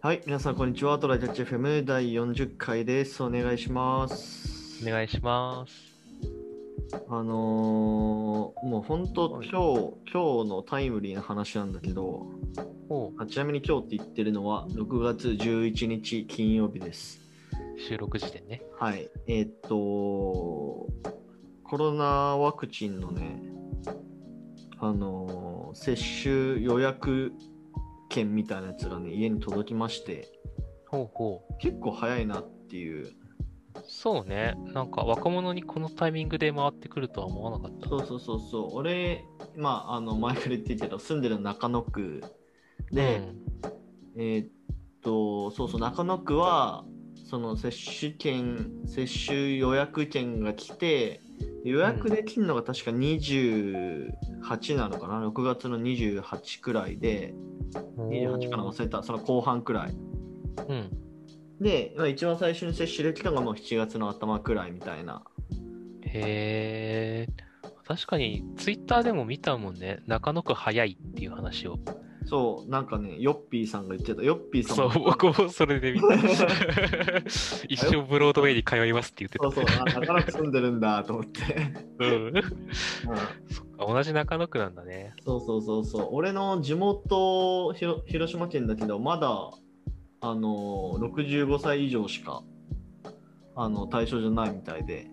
はい、皆さん、こんにちは。トライキャッチ FM 第40回です。お願いします。お願いします。あのーもう本当、今はい日、今日のタイムリーな話なんだけど、おうあちなみに今日って言ってるのは、6月11日金曜日です。収録時点ね。はい、えーっと、コロナワクチンのね、あのー接種予約券みたいなやつがね、家に届きまして、ほうほう。結構早いなっていうそうね。なんか若者にこのタイミングで回ってくるとは思わなかった。そうそうそうそう俺まああの前から言ってるけど住んでるの中野区で、えーっとそうそう中野区はその接種券接種予約券が来て予約できるのが確か28なのかな、6月の28くらいでうん、 28かな忘れたその後半くらいうん。で、まあ、一番最初に接種できたのがもう7月の頭くらいみたいなへえ。確かに、ツイッターでも見たもんね。中野区早いっていう話を。そうなんかねヨッピーさんが言ってたヨッピーさんそもう、僕もそれで見た。 一生ブロードウェイに通いますって言ってそうた。そう、あ長らく住んでるんだと思って。 うん。同じ中野区なんだね。そうそうそうそう。俺の地元ひろ広島県だけど、まだあの65歳以上しかあの対象じゃないみたいで。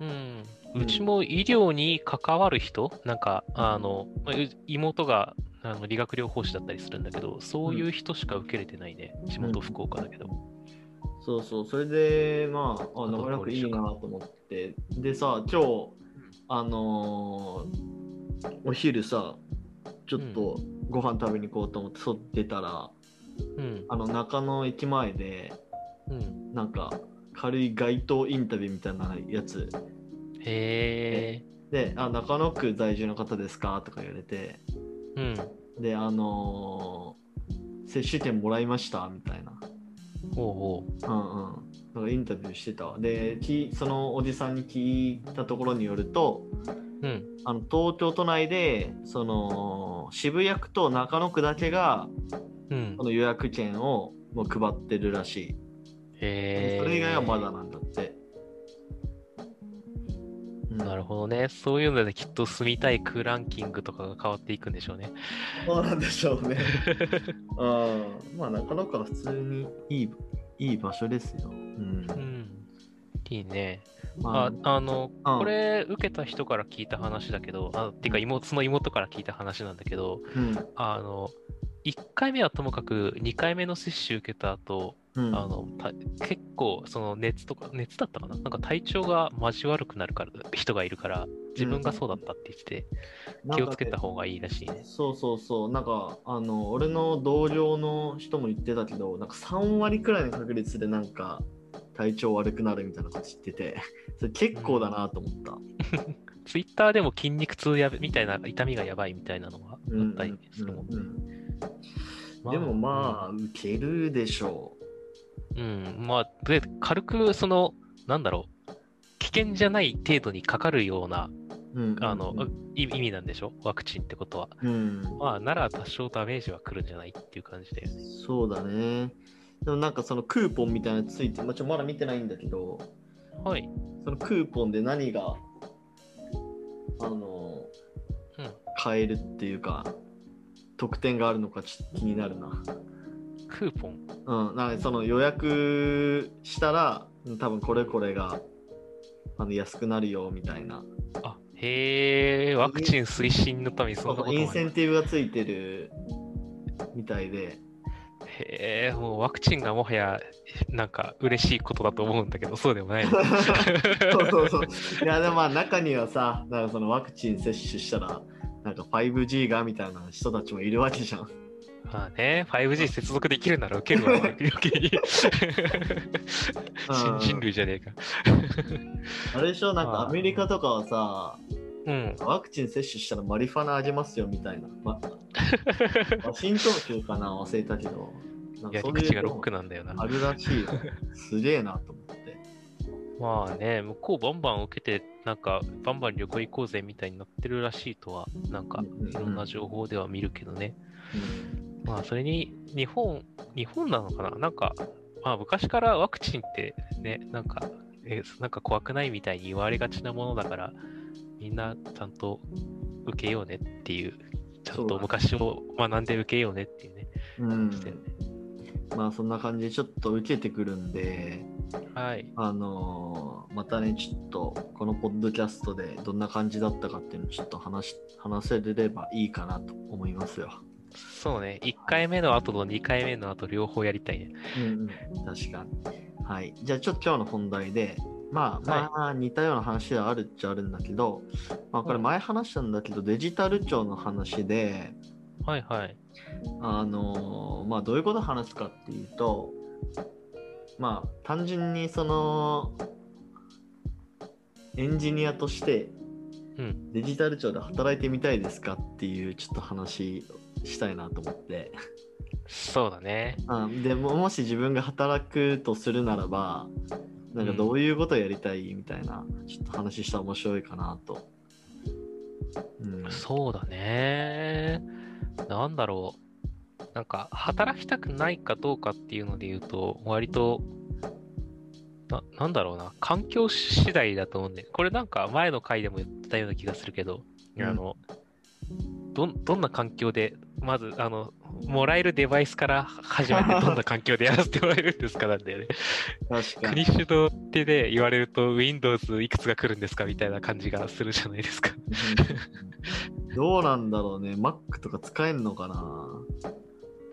うん、うんうちも医療に関わる人、なんか、あの、まあう妹があの理学療法士だったりするんだけど、そういう人しか受けれてないね、地元福岡だけど。そうそう、それでまあ、ああと長らくいいなと思って。でさ、今日、あのーお昼さ、ちょっとご飯食べに行こうと思って、そってたら、うん、あの中野駅前で、うん。なんか軽い街頭インタビューみたいなやつへえ、であ「中野区在住の方ですか?」とか言われてうん。であのー接種券もらいましたみたいなほうほうんうんなんかインタビューしてたわできそのおじさんに聞いたところによるとう。うん、あの東京都内でその渋谷区と中野区だけがうんこ。の予約券をもう配ってるらしい、へえ。それ以外はまだなんだって、うんなるほどね。そういうのできっと住みたい区ランキングとかが変わっていくんでしょうね。そうなんでしょう ね。うん。まあ、なかなか普通にいい、いい場所ですよ。うんう。ん。いいね。まああの、あ、こ、れ受けた人から聞いた話だけど、あてか妹、その妹から聞いた話なんだけど、うん。あの、1回目はともかく2回目の接種受けた後、うん。あのた結構その熱とか、熱だったかななんか体調がマジ悪くなるから人がいるから、自分がそうだったって言ってて、なん気かねをつけた方がいいらしいね。そうそうそう。なんか、あの、俺の同僚の人も言ってたけど、なんか3割くらいの確率でなんか、体調悪くなるみたいなこと言ってて、 それ結構だなと思った。ツイッターでも筋肉痛やべみたいな、痛みがやばいみたいなのがあうんったりするもんね。うんまあでもまあ、受けるでしょうん、まあ、で軽く、その、なんだろう、危険じゃない程度にかかるようなう。うんあの、い意味なんでしょ、ワクチンってことは。うん。まあ、なら多少ダメージは来るんじゃないっていう感じだよね。そうだね。でもなんかそのクーポンみたいなのついて、まあ、ちょまだ見てないんだけど、はい。そのクーポンで何が、あの、うん買えるっていうか、特典があるのかちょっと気になるな。クーポン。うん、なんかその予約したら、多分これこれが、あの安くなるよみたいな。あ、へえ、ワクチン推進のためにそんなことインもあセるンティブがついてるみたいで。へえ、もうワクチンがもはや、なんか嬉しいことだと思うんだけど、そうでもないの。そうそうそう。いやでもまあ中にはさ、なんかそのワクチン接種したら、なんか 5G がみたいな人たちもいるわけじゃん。 まあね、5G 接続できるなら受ける わ、余計に。新人類じゃねえか。あれでしょ、なんかあーアメリカとかはさ、うん。ワクチン接種したらマリファナあげますよみたいな。ま、 ワシントン州かな、忘れたけど。なんかやそりういう口がロックのなんだよな。あるらしいよ。すげえなと思って。まあね、向こうバンバン受けて、なんか、バンバン旅行行こうぜみたいになってるらしいとは、なんかうんうんう、んいろんな情報では見るけどね。うんまあ、それに、日本、日本なのかななんか、まあ、昔からワクチンってね、なんか、えなんか怖くないみたいに言われがちなものだから、みんなちゃんと受けようねっていう、ちゃんと昔を学んで受けようねっていうね、うん視点ね。まあそんな感じでちょっと受けてくるんで、はい。あのーまたね、ちょっとこのポッドキャストでどんな感じだったかっていうのをちょっと話し話せれればいいかなと思いますよ。そうね、1回目の後と2回目の後両方やりたいね。うんうん、確かに。はい。じゃあちょっと今日の本題で、まあまあ似たような話ではあるっちゃあるんだけど、まあこれ前話したんだけど、デジタル庁の話で、はいはい。あのーまあどういうことを話すかっていうとまあ単純にそのエンジニアとしてうん。デジタル庁で働いてみたいですかっていうちょっと話したいなと思ってそうだね。あでももし自分が働くとするならばなんかどういうことをやりたいみたいなちょっと話したら面白いかなと、うん、そうだね。なんだろう。なんか、働きたくないかどうかっていうので言うと、割と、な、なんだろうな。環境次第だと思うんで、これなんか前の回でも言ってたような気がするけど、うんあの、どん、どんな環境で、まず、あの、もらえるデバイスから 始めて、どんな環境でやらせてもらえるんですかなんだよね。確かに国主導ってで言われると、Windows いくつが来るんですかみたいな感じがするじゃないですか。うんどうなんだろうね Mac とか使えんのかな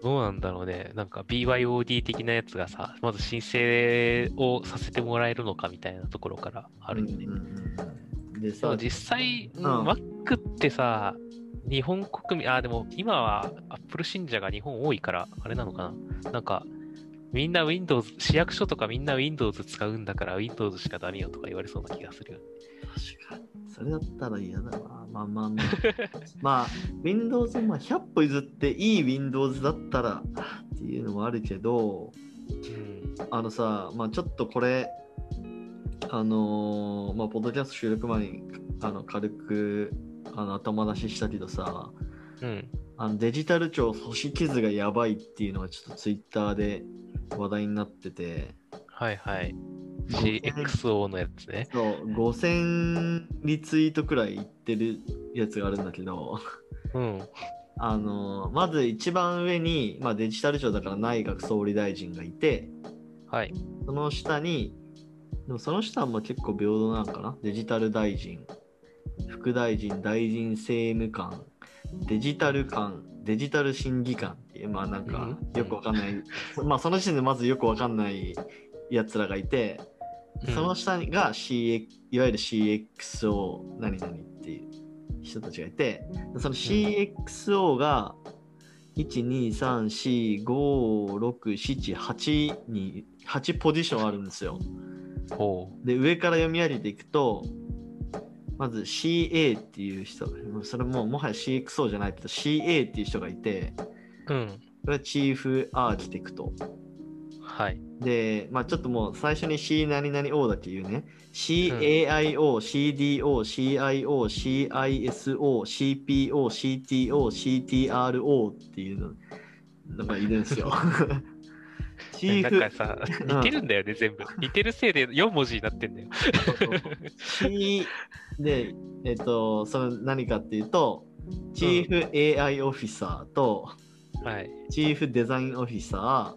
どうなんだろうね。なんか BYOD 的なやつがさ、まず申請をさせてもらえるのかみたいなところからあるよね。うんうんうんででさも、実際、ん Mac ってさ、日本国民、あ、でも今は Apple 信者が日本多いから、あれなのかな。なんか、みんな Windows、市役所とかみんな Windows 使うんだから Windows しかダメよとか言われそうな気がするよね。確かにそれだったら嫌だな。まあま あまあ。まあ、Windows もまあ100歩譲っていい Windows だったらっていうのもあるけど、うん。あのさ、まあちょっとこれ、あのーまあ、ポッドキャスト収録前にあの軽くあの頭出ししたけどさ、うん。あのデジタル庁組織図がやばいっていうのがちょっとツイッターで話題になってて、はいはい。 5000 CXO のやつね。そう5000リツイートくらいいってるやつがあるんだけど、うん。あのまず一番上に、まあ、デジタル庁だから内閣総理大臣がいてはい。その下にでもその下も結構平等なのかなデジタル大臣副大臣大臣政務官デジタル官デジタル審議官っていうまあなんかうんよくわかんない、 まあその時点でまずよくわかんないやつらがいてうんその下が CX いわゆる CXO 何々っていう人たちがいてその CXO が123456778に8ポジションあるんですよほで上から読み上げていくとまず CA っていう人もうそれもうもはや CXO じゃないけど CA っていう人がいてう。うん。これはチーフアーキテクトはい。で、まあ、ちょっともう最初に C 何々 O だけ言うね。CAIO、CDO、CIO、CISO、CPO、CTO、CTRO っていうののがいるんです よ。チーなん かフ、さ、うん似てるんだよね、全部。似てるせいで4文字になってんだよ。 C で、えっと、その何かっていうと、チーフ AI オフィサーと、はい。チーフデザインオフィサは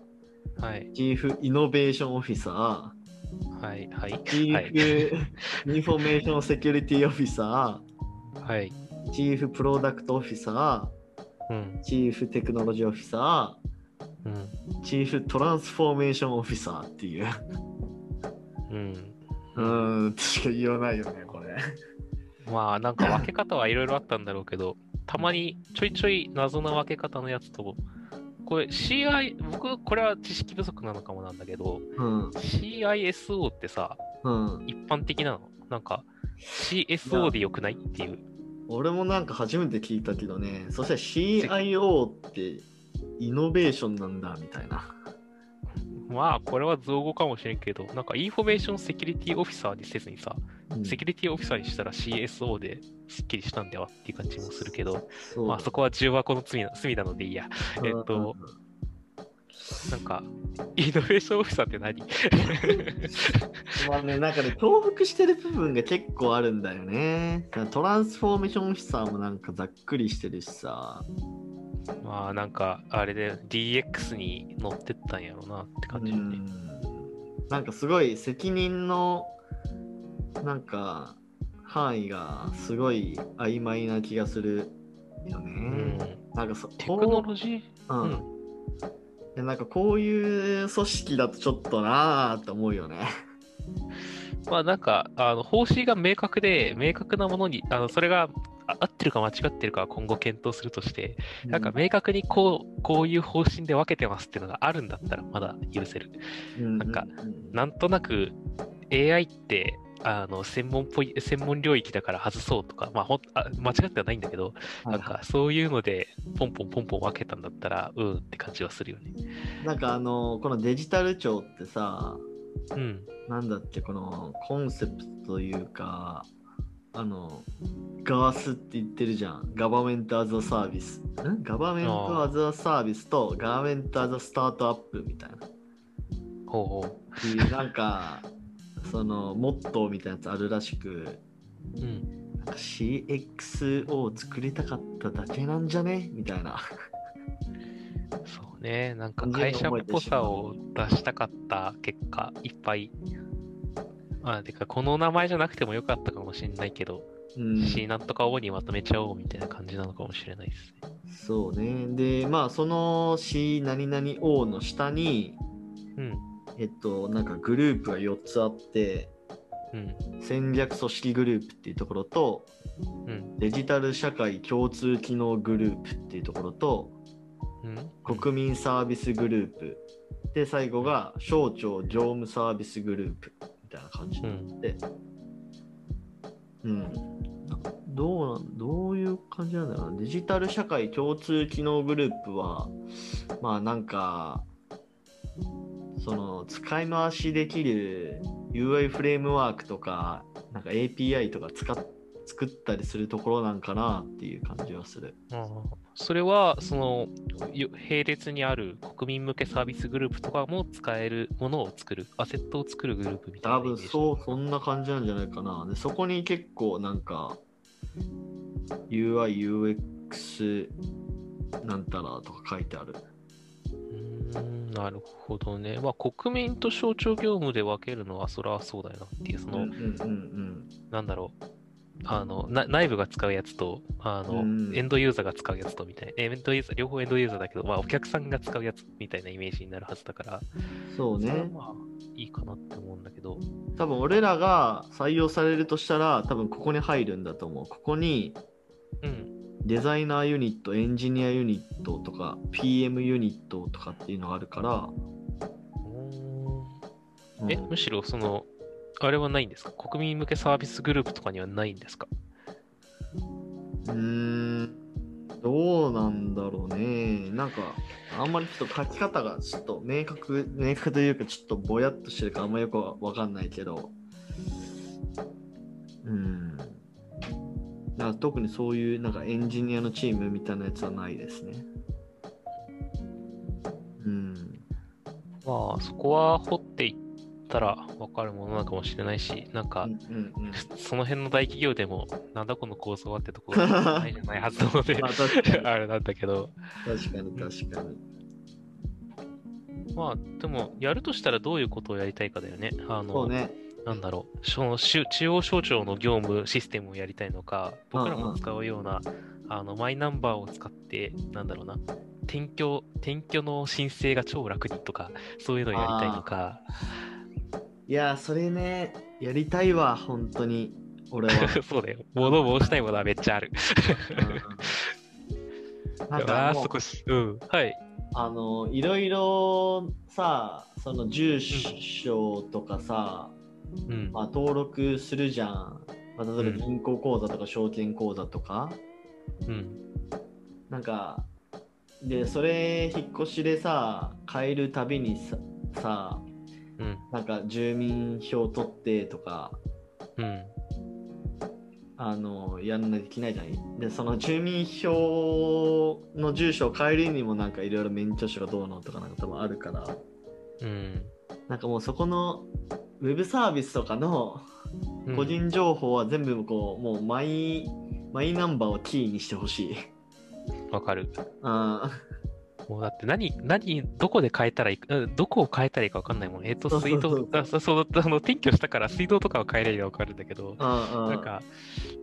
いー、。チーフイノベーションオフィサー、はい。はい。チーフインフォメーションセキュリティオフィサはい。ー、チーフプロダクトオフィサうんー、。チーフテクノロジーオフィサうん。ー、チーフトランスフォーメーションオフィサーっていう。うん。うーん、しか言わないよね、これ。まあ、なんか分け方はいろいろあったんだろうけど、たまにちょいちょい謎な分け方のやつと、これ CI、僕、これは知識不足なのかもなんだけど、うん、 CISO ってさ、うん。一般的なのなんか、CSO でよくないっていう。俺もなんか初めて聞いたけどね、そしたら CIO ってイノベーションなんだみたいな。まあ、これは造語かもしれんけど、なんかインフォメーションセキュリティオフィサーにせずにさ、うんセキュリティオフィサーにしたら CSO ですっきりしたんではっていう感じもするけど、そうまあそこは重箱の罪な罪なのでいいや。えっと、なんか、イノベーションオフィサーって何 まあね、なんかね、重複してる部分が結構あるんだよね。トランスフォーメーションオフィサーもなんかざっくりしてるしさ。まあなんか、あれで DX に乗ってったんやろうなって感じようね。んなんかすごい責任のなんか範囲がすごい曖昧な気がするよね。うん。なんかそテクノこロジーううんいやなんかこういう組織だとちょっとなーって思うよね。まあなんか、あの方針が明確で、明確なものに、あのそれがあ合ってるか間違ってるかは今後検討するとして、なんか明確にこうこういう方針で分けてますっていうのがあるんだったらまだ許せる。う、ななんかななんとなく AI ってあの専門っぽい専門領域だから外そうとか、まあ、ほんあ間違ってはないんだけど、なんかそういうのでポンポンポンポン分けたんだったらうんって感じはするよね。なんかあのこのデジタル庁ってさうん。なんだってこのコンセプトというかあのガースって言ってるじゃんガバメントアザサービスんガバメントアザサービスとガバメントアザスタートアップみたいなっほうほていうなんか そのモットーみたいなやつあるらしくう。うん。なんか CXO を作りたかっただけなんじゃねみたいなそうね。なんか会社っぽさを出したかった結果、いっぱい。まあ、てか、この名前じゃなくてもよかったかもしれないけど、うし、なんとか O にまとめちゃおうみたいな感じなのかもしれないですね。そうねでまあその C 何々 O の下にうん。えっとなんかグループが4つあってうん。戦略組織グループっていうところとうん。デジタル社会共通機能グループっていうところとうん。国民サービスグループで最後が省庁常務サービスグループみたいな感じになってうん、どうなんどういう感じなんだろうなデジタル社会共通機能グループはまあなんかその使い回しできる UI フレームワークとかなんか API とか使っ作ったりするところなんかなっていう感じはする。あーそれはそのよ並列にある国民向けサービスグループとかも使えるものを作るアセットを作るグループみたいな多イメー分ジそうそんな感じなんじゃないかなでそこに結構なんか UIUX なんたらとか書いてあるうーんなるほどねまあ国民と省庁業務で分けるのはそれはそうだよなっていうそうんの、うんうんなんだろうあのな内部が使うやつとあの、うんエンドユーザーが使うやつとみたいなエンドユーザー両方エンドユーザーだけど、まあ、お客さんが使うやつみたいなイメージになるはずだからうんそうそれはねまあいいかなって思うんだけど多分俺らが採用されるとしたら多分ここに入るんだと思うここにうんデザイナーユニットエンジニアユニットとか PM ユニットとかっていうのがあるから、うーんうんえ、むしろその、あれはないんですか国民向けサービスグループとかにはないんですかうーん、どうなんだろうね。なんか、あんまりちょっと書き方がちょっと明確、明確というか、ちょっとぼやっとしてるからあんまよくわかんないけど。うーん。なんか特にそういうなんかエンジニアのチームみたいなやつはないですね。うん。まあ、そこは掘っていったらわかるものなのかもしれないし、なんうか、んうんうんその辺の大企業でも、なんだこの構想はってところがないじゃないはずなの でま、あ確かに あれなんだけど、確かに確かに。まあ、でも、やるとしたらどういうことをやりたいかだよね。あその、うね。なんだろう、その中中央省庁の業務システムをやりたいのか、僕らうんうもん使うような、あのマイナンバーを使って、なんだろうな、転居、転居の申請が超楽にとか、そういうのをやりたいのか、いやー、それね、やりたいわ、本当に。俺は。そうだよ、物申したいものはめっちゃある。うんなんあかあもー、うそこし、うん、はい、あのいろいろさその住所とかさ、うん、まあ、登録するじゃん、まあ、例えば銀行口座とか証券口座とか、うん、なんかでそれ引っ越しでさ変えるたびにささうん。なんか住民票取ってとかうん。あのやらないといけないじゃないでその住民票の住所を変えるにもなんかいろいろ免許証がどうのとかなんか多分あるからうん。なんかもうそこのウェブサービスとかのうん個人情報は全部こう、もうマイマイナンバーをキーにしてほしいわかる。あもうだって何、何、どこで変えたらいいか、うんどこを変えたらいいかわかんないもん。えっ、そと、うそう水そう道、あそうそうあの、転居したから水道とかは変えればわかるんだけどー、あなんか、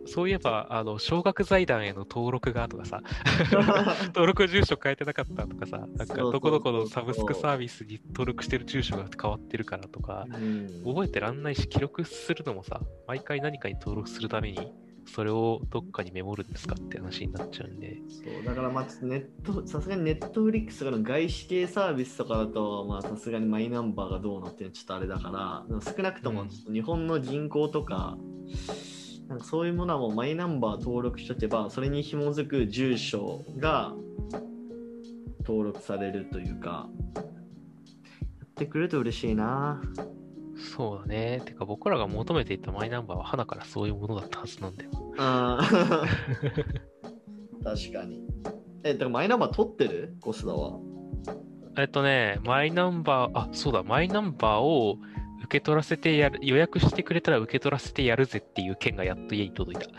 そういえば、あの、奨学財団への登録がと かさ、 登録住所変えてなかったとかさ、なんそうか、そうどこどこのサブスクサービスに登録してる住所が変わってるからとか、うん覚えてらんないし、記録するのもさ、毎回何かに登録するために、それをどっかにメモるんですかって話になっちゃうんで、そうだからまあちょっとネットさすがにネットフリックスとかの外資系サービスとかだとまあさすがにマイナンバーがどうのっていうのはちょっとあれだからでも少なくともちょっと日本の銀行とか,、なんかそういうものはもうマイナンバー登録しとけばそれに紐づく住所が登録されるというかやってくれると嬉しいなそうだね。てか僕らが求めていたマイナンバーは花からそういうものだったはずなんだよ。あー確かにえだからマイナンバー取ってるゴスダはえっとね、マイナンバー、あ、そうだ、マイナンバーを受け取らせてやる、予約してくれたら受け取らせてやるぜっていう件がやっと家に届いた。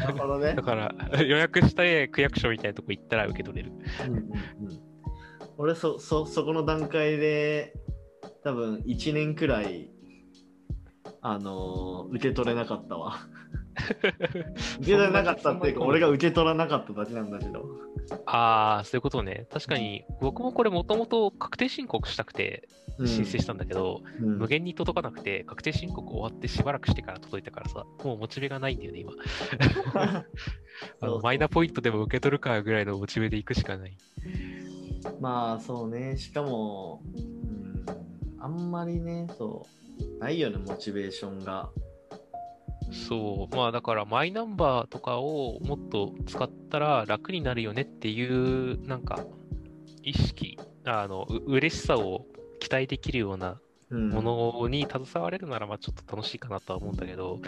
なるほどねだから、 予約した家区役所みたいなとこ行ったら受け取れる。うんうんうん俺そそそこの段階で多分1年くらいあのー受け取れなかった わ受け取れなかったっていうかそんな俺が受け取らなかっただけなんだけどああ、そういうことね。確かに、僕もこれもともと確定申告したくて申請したんだけど、うんうん 無限に届かなくて、確定申告終わってしばらくしてから届いたからさ、もうモチベがないんだよね、今。あそうそのうマイナポイントでも受け取るかぐらいのモチベで行くしかない。まあそうねしかも、うん、あんまりねそうないよねモチベーションがそう、まあだからマイナンバーとかをもっと使ったら楽になるよねっていう、なんか、意識、あの、う嬉しさを期待できるようなうんものに携われるなら、まあちょっと楽しいかなとは思うんだけど、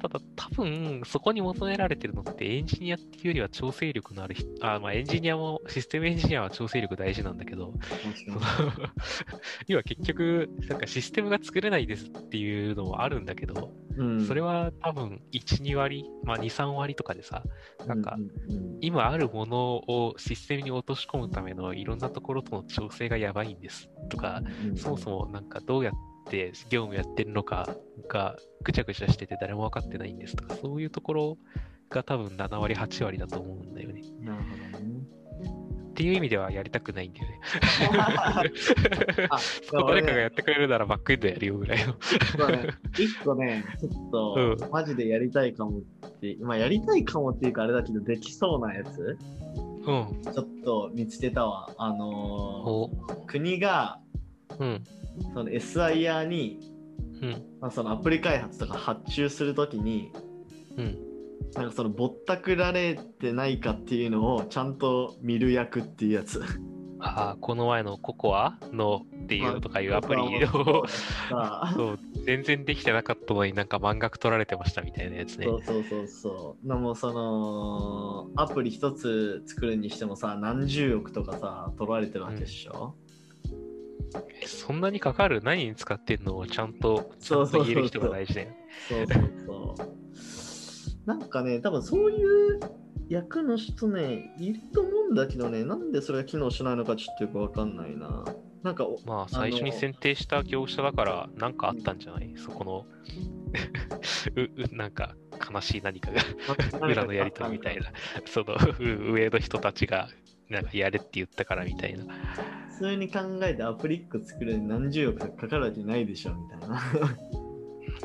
ただ多分そこに求められてるのってエンジニアっていうよりは調整力のある人、あまあエンジニアも、システムエンジニアは調整力大事なんだけど、確か そにの要は結局、なんかシステムが作れないですっていうのもあるんだけど、うんそれは多分1、2割、まあ2、3割とかでさ、なんかうううん今あるものをシステムに落とし込むためのいろんなところとの調整がやばいんですとか、うんそもそもなんかどうやって業務やってるのかがぐちゃぐちゃしてて誰も分かってないんですとか、そういうところが多分7割、8割だと思うんだよね。なるほど ねっていう意味ではやりたくないんだよね。あそこ 誰かがやってくれるならバックエンドやるよぐらいの。まあね、一個ね、ちょっと、マジでやりたいかもって、まあやりたいかもっていうかあれだけど、できそうなやつ、 うん。ちょっと見つけたわ。あのおー国が、うん。その SIR に、うん。まあ、そのアプリ開発とか発注するときに、うん。なんかそのぼったくられてないかっていうのをちゃんと見る役っていうやつ。ああ、この前のココアのっていうとかいうアプリを、まあそう全然できてなかったのになんか満額取られてましたみたいなやつねそ。うそうそうそう。なもうそのアプリ一つ作るにしてもさ何十億とかさ取られてるわけでしょ、えそんなにかかる何に使ってんのをちゃんとちゃそうんそうそうそうと言える人が大事だよ。そうそうそう。 なんかね多分そういう役の人ねいると思うんだけどねなんでそれが機能しないのかちょっとよくわかんないな。なんかおまあ最初に選定した業者だから何かあったんじゃないそこの ううなんか悲しい何 かが 裏のやり取りみたい。なそのう上の人たちがなんかやれって言ったからみたいな。普通に考えてアプリ1個作るのに何十億とかかかるわけないでしょみたい な。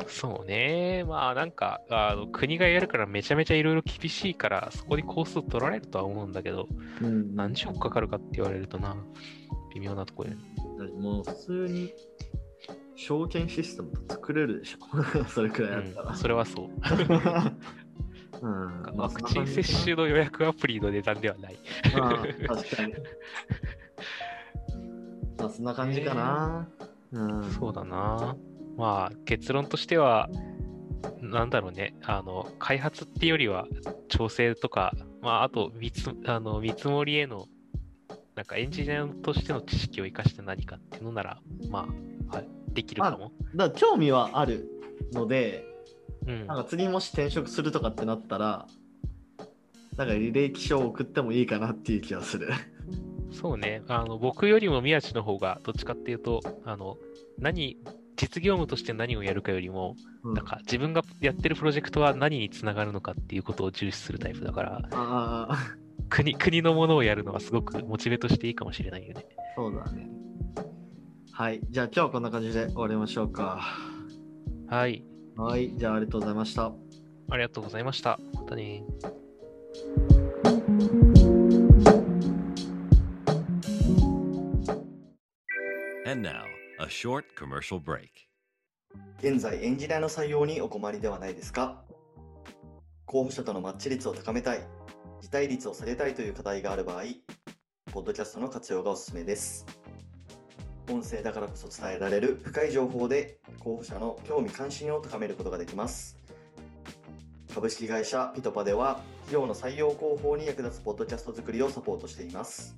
そうね、まあなんかあの国がやるからめちゃめちゃいろいろ厳しいからそこにコースを取られるとは思うんだけどうん何十億かかるかって言われるとな微妙なとこやねだってもう普通に証券システム作れるでしょ それくらいあったうらん、それはそう うんまあワクチン接種の予約アプリの値段ではないまあ確かにまあ、そんな感じかな。 うん、そうだな。まあ結論としては、なんだろうね、あの開発っていうよりは調整とか、まあ、あと見つあの見積もりへの、なんかエンジニアとしての知識を生かして何かっていうのなら、まあ、はいできるかも。だから興味はあるので、うんなんか次もし転職するとかってなったら、なんか履歴書を送ってもいいかなっていう気はする。そうね、あの僕よりも宮地の方がどっちかっていうと、あの何実業務として何をやるかよりも、うんなんか自分がやってるプロジェクトは何につながるのかっていうことを重視するタイプだから、ああ、国国のものをやるのはすごくモチベとしていいかもしれないよね。そうだね。はい、じゃあ今日はこんな感じで終わりましょうか。はい、はい、じゃあありがとうございました。ありがとうございました。またね。 And now, a short commercial break. 現在エンジニアの採用にお困りではないですか候補者とのマッチ率を高めたい辞退率を下げたいという課題がある場合ポッドキャストの活用がおすすめです音声だからこそ伝えられる深い情報で候補者の興味関心を高めることができます株式会社ピトパでは企業の採用広報に役立つポッドキャスト作りをサポートしています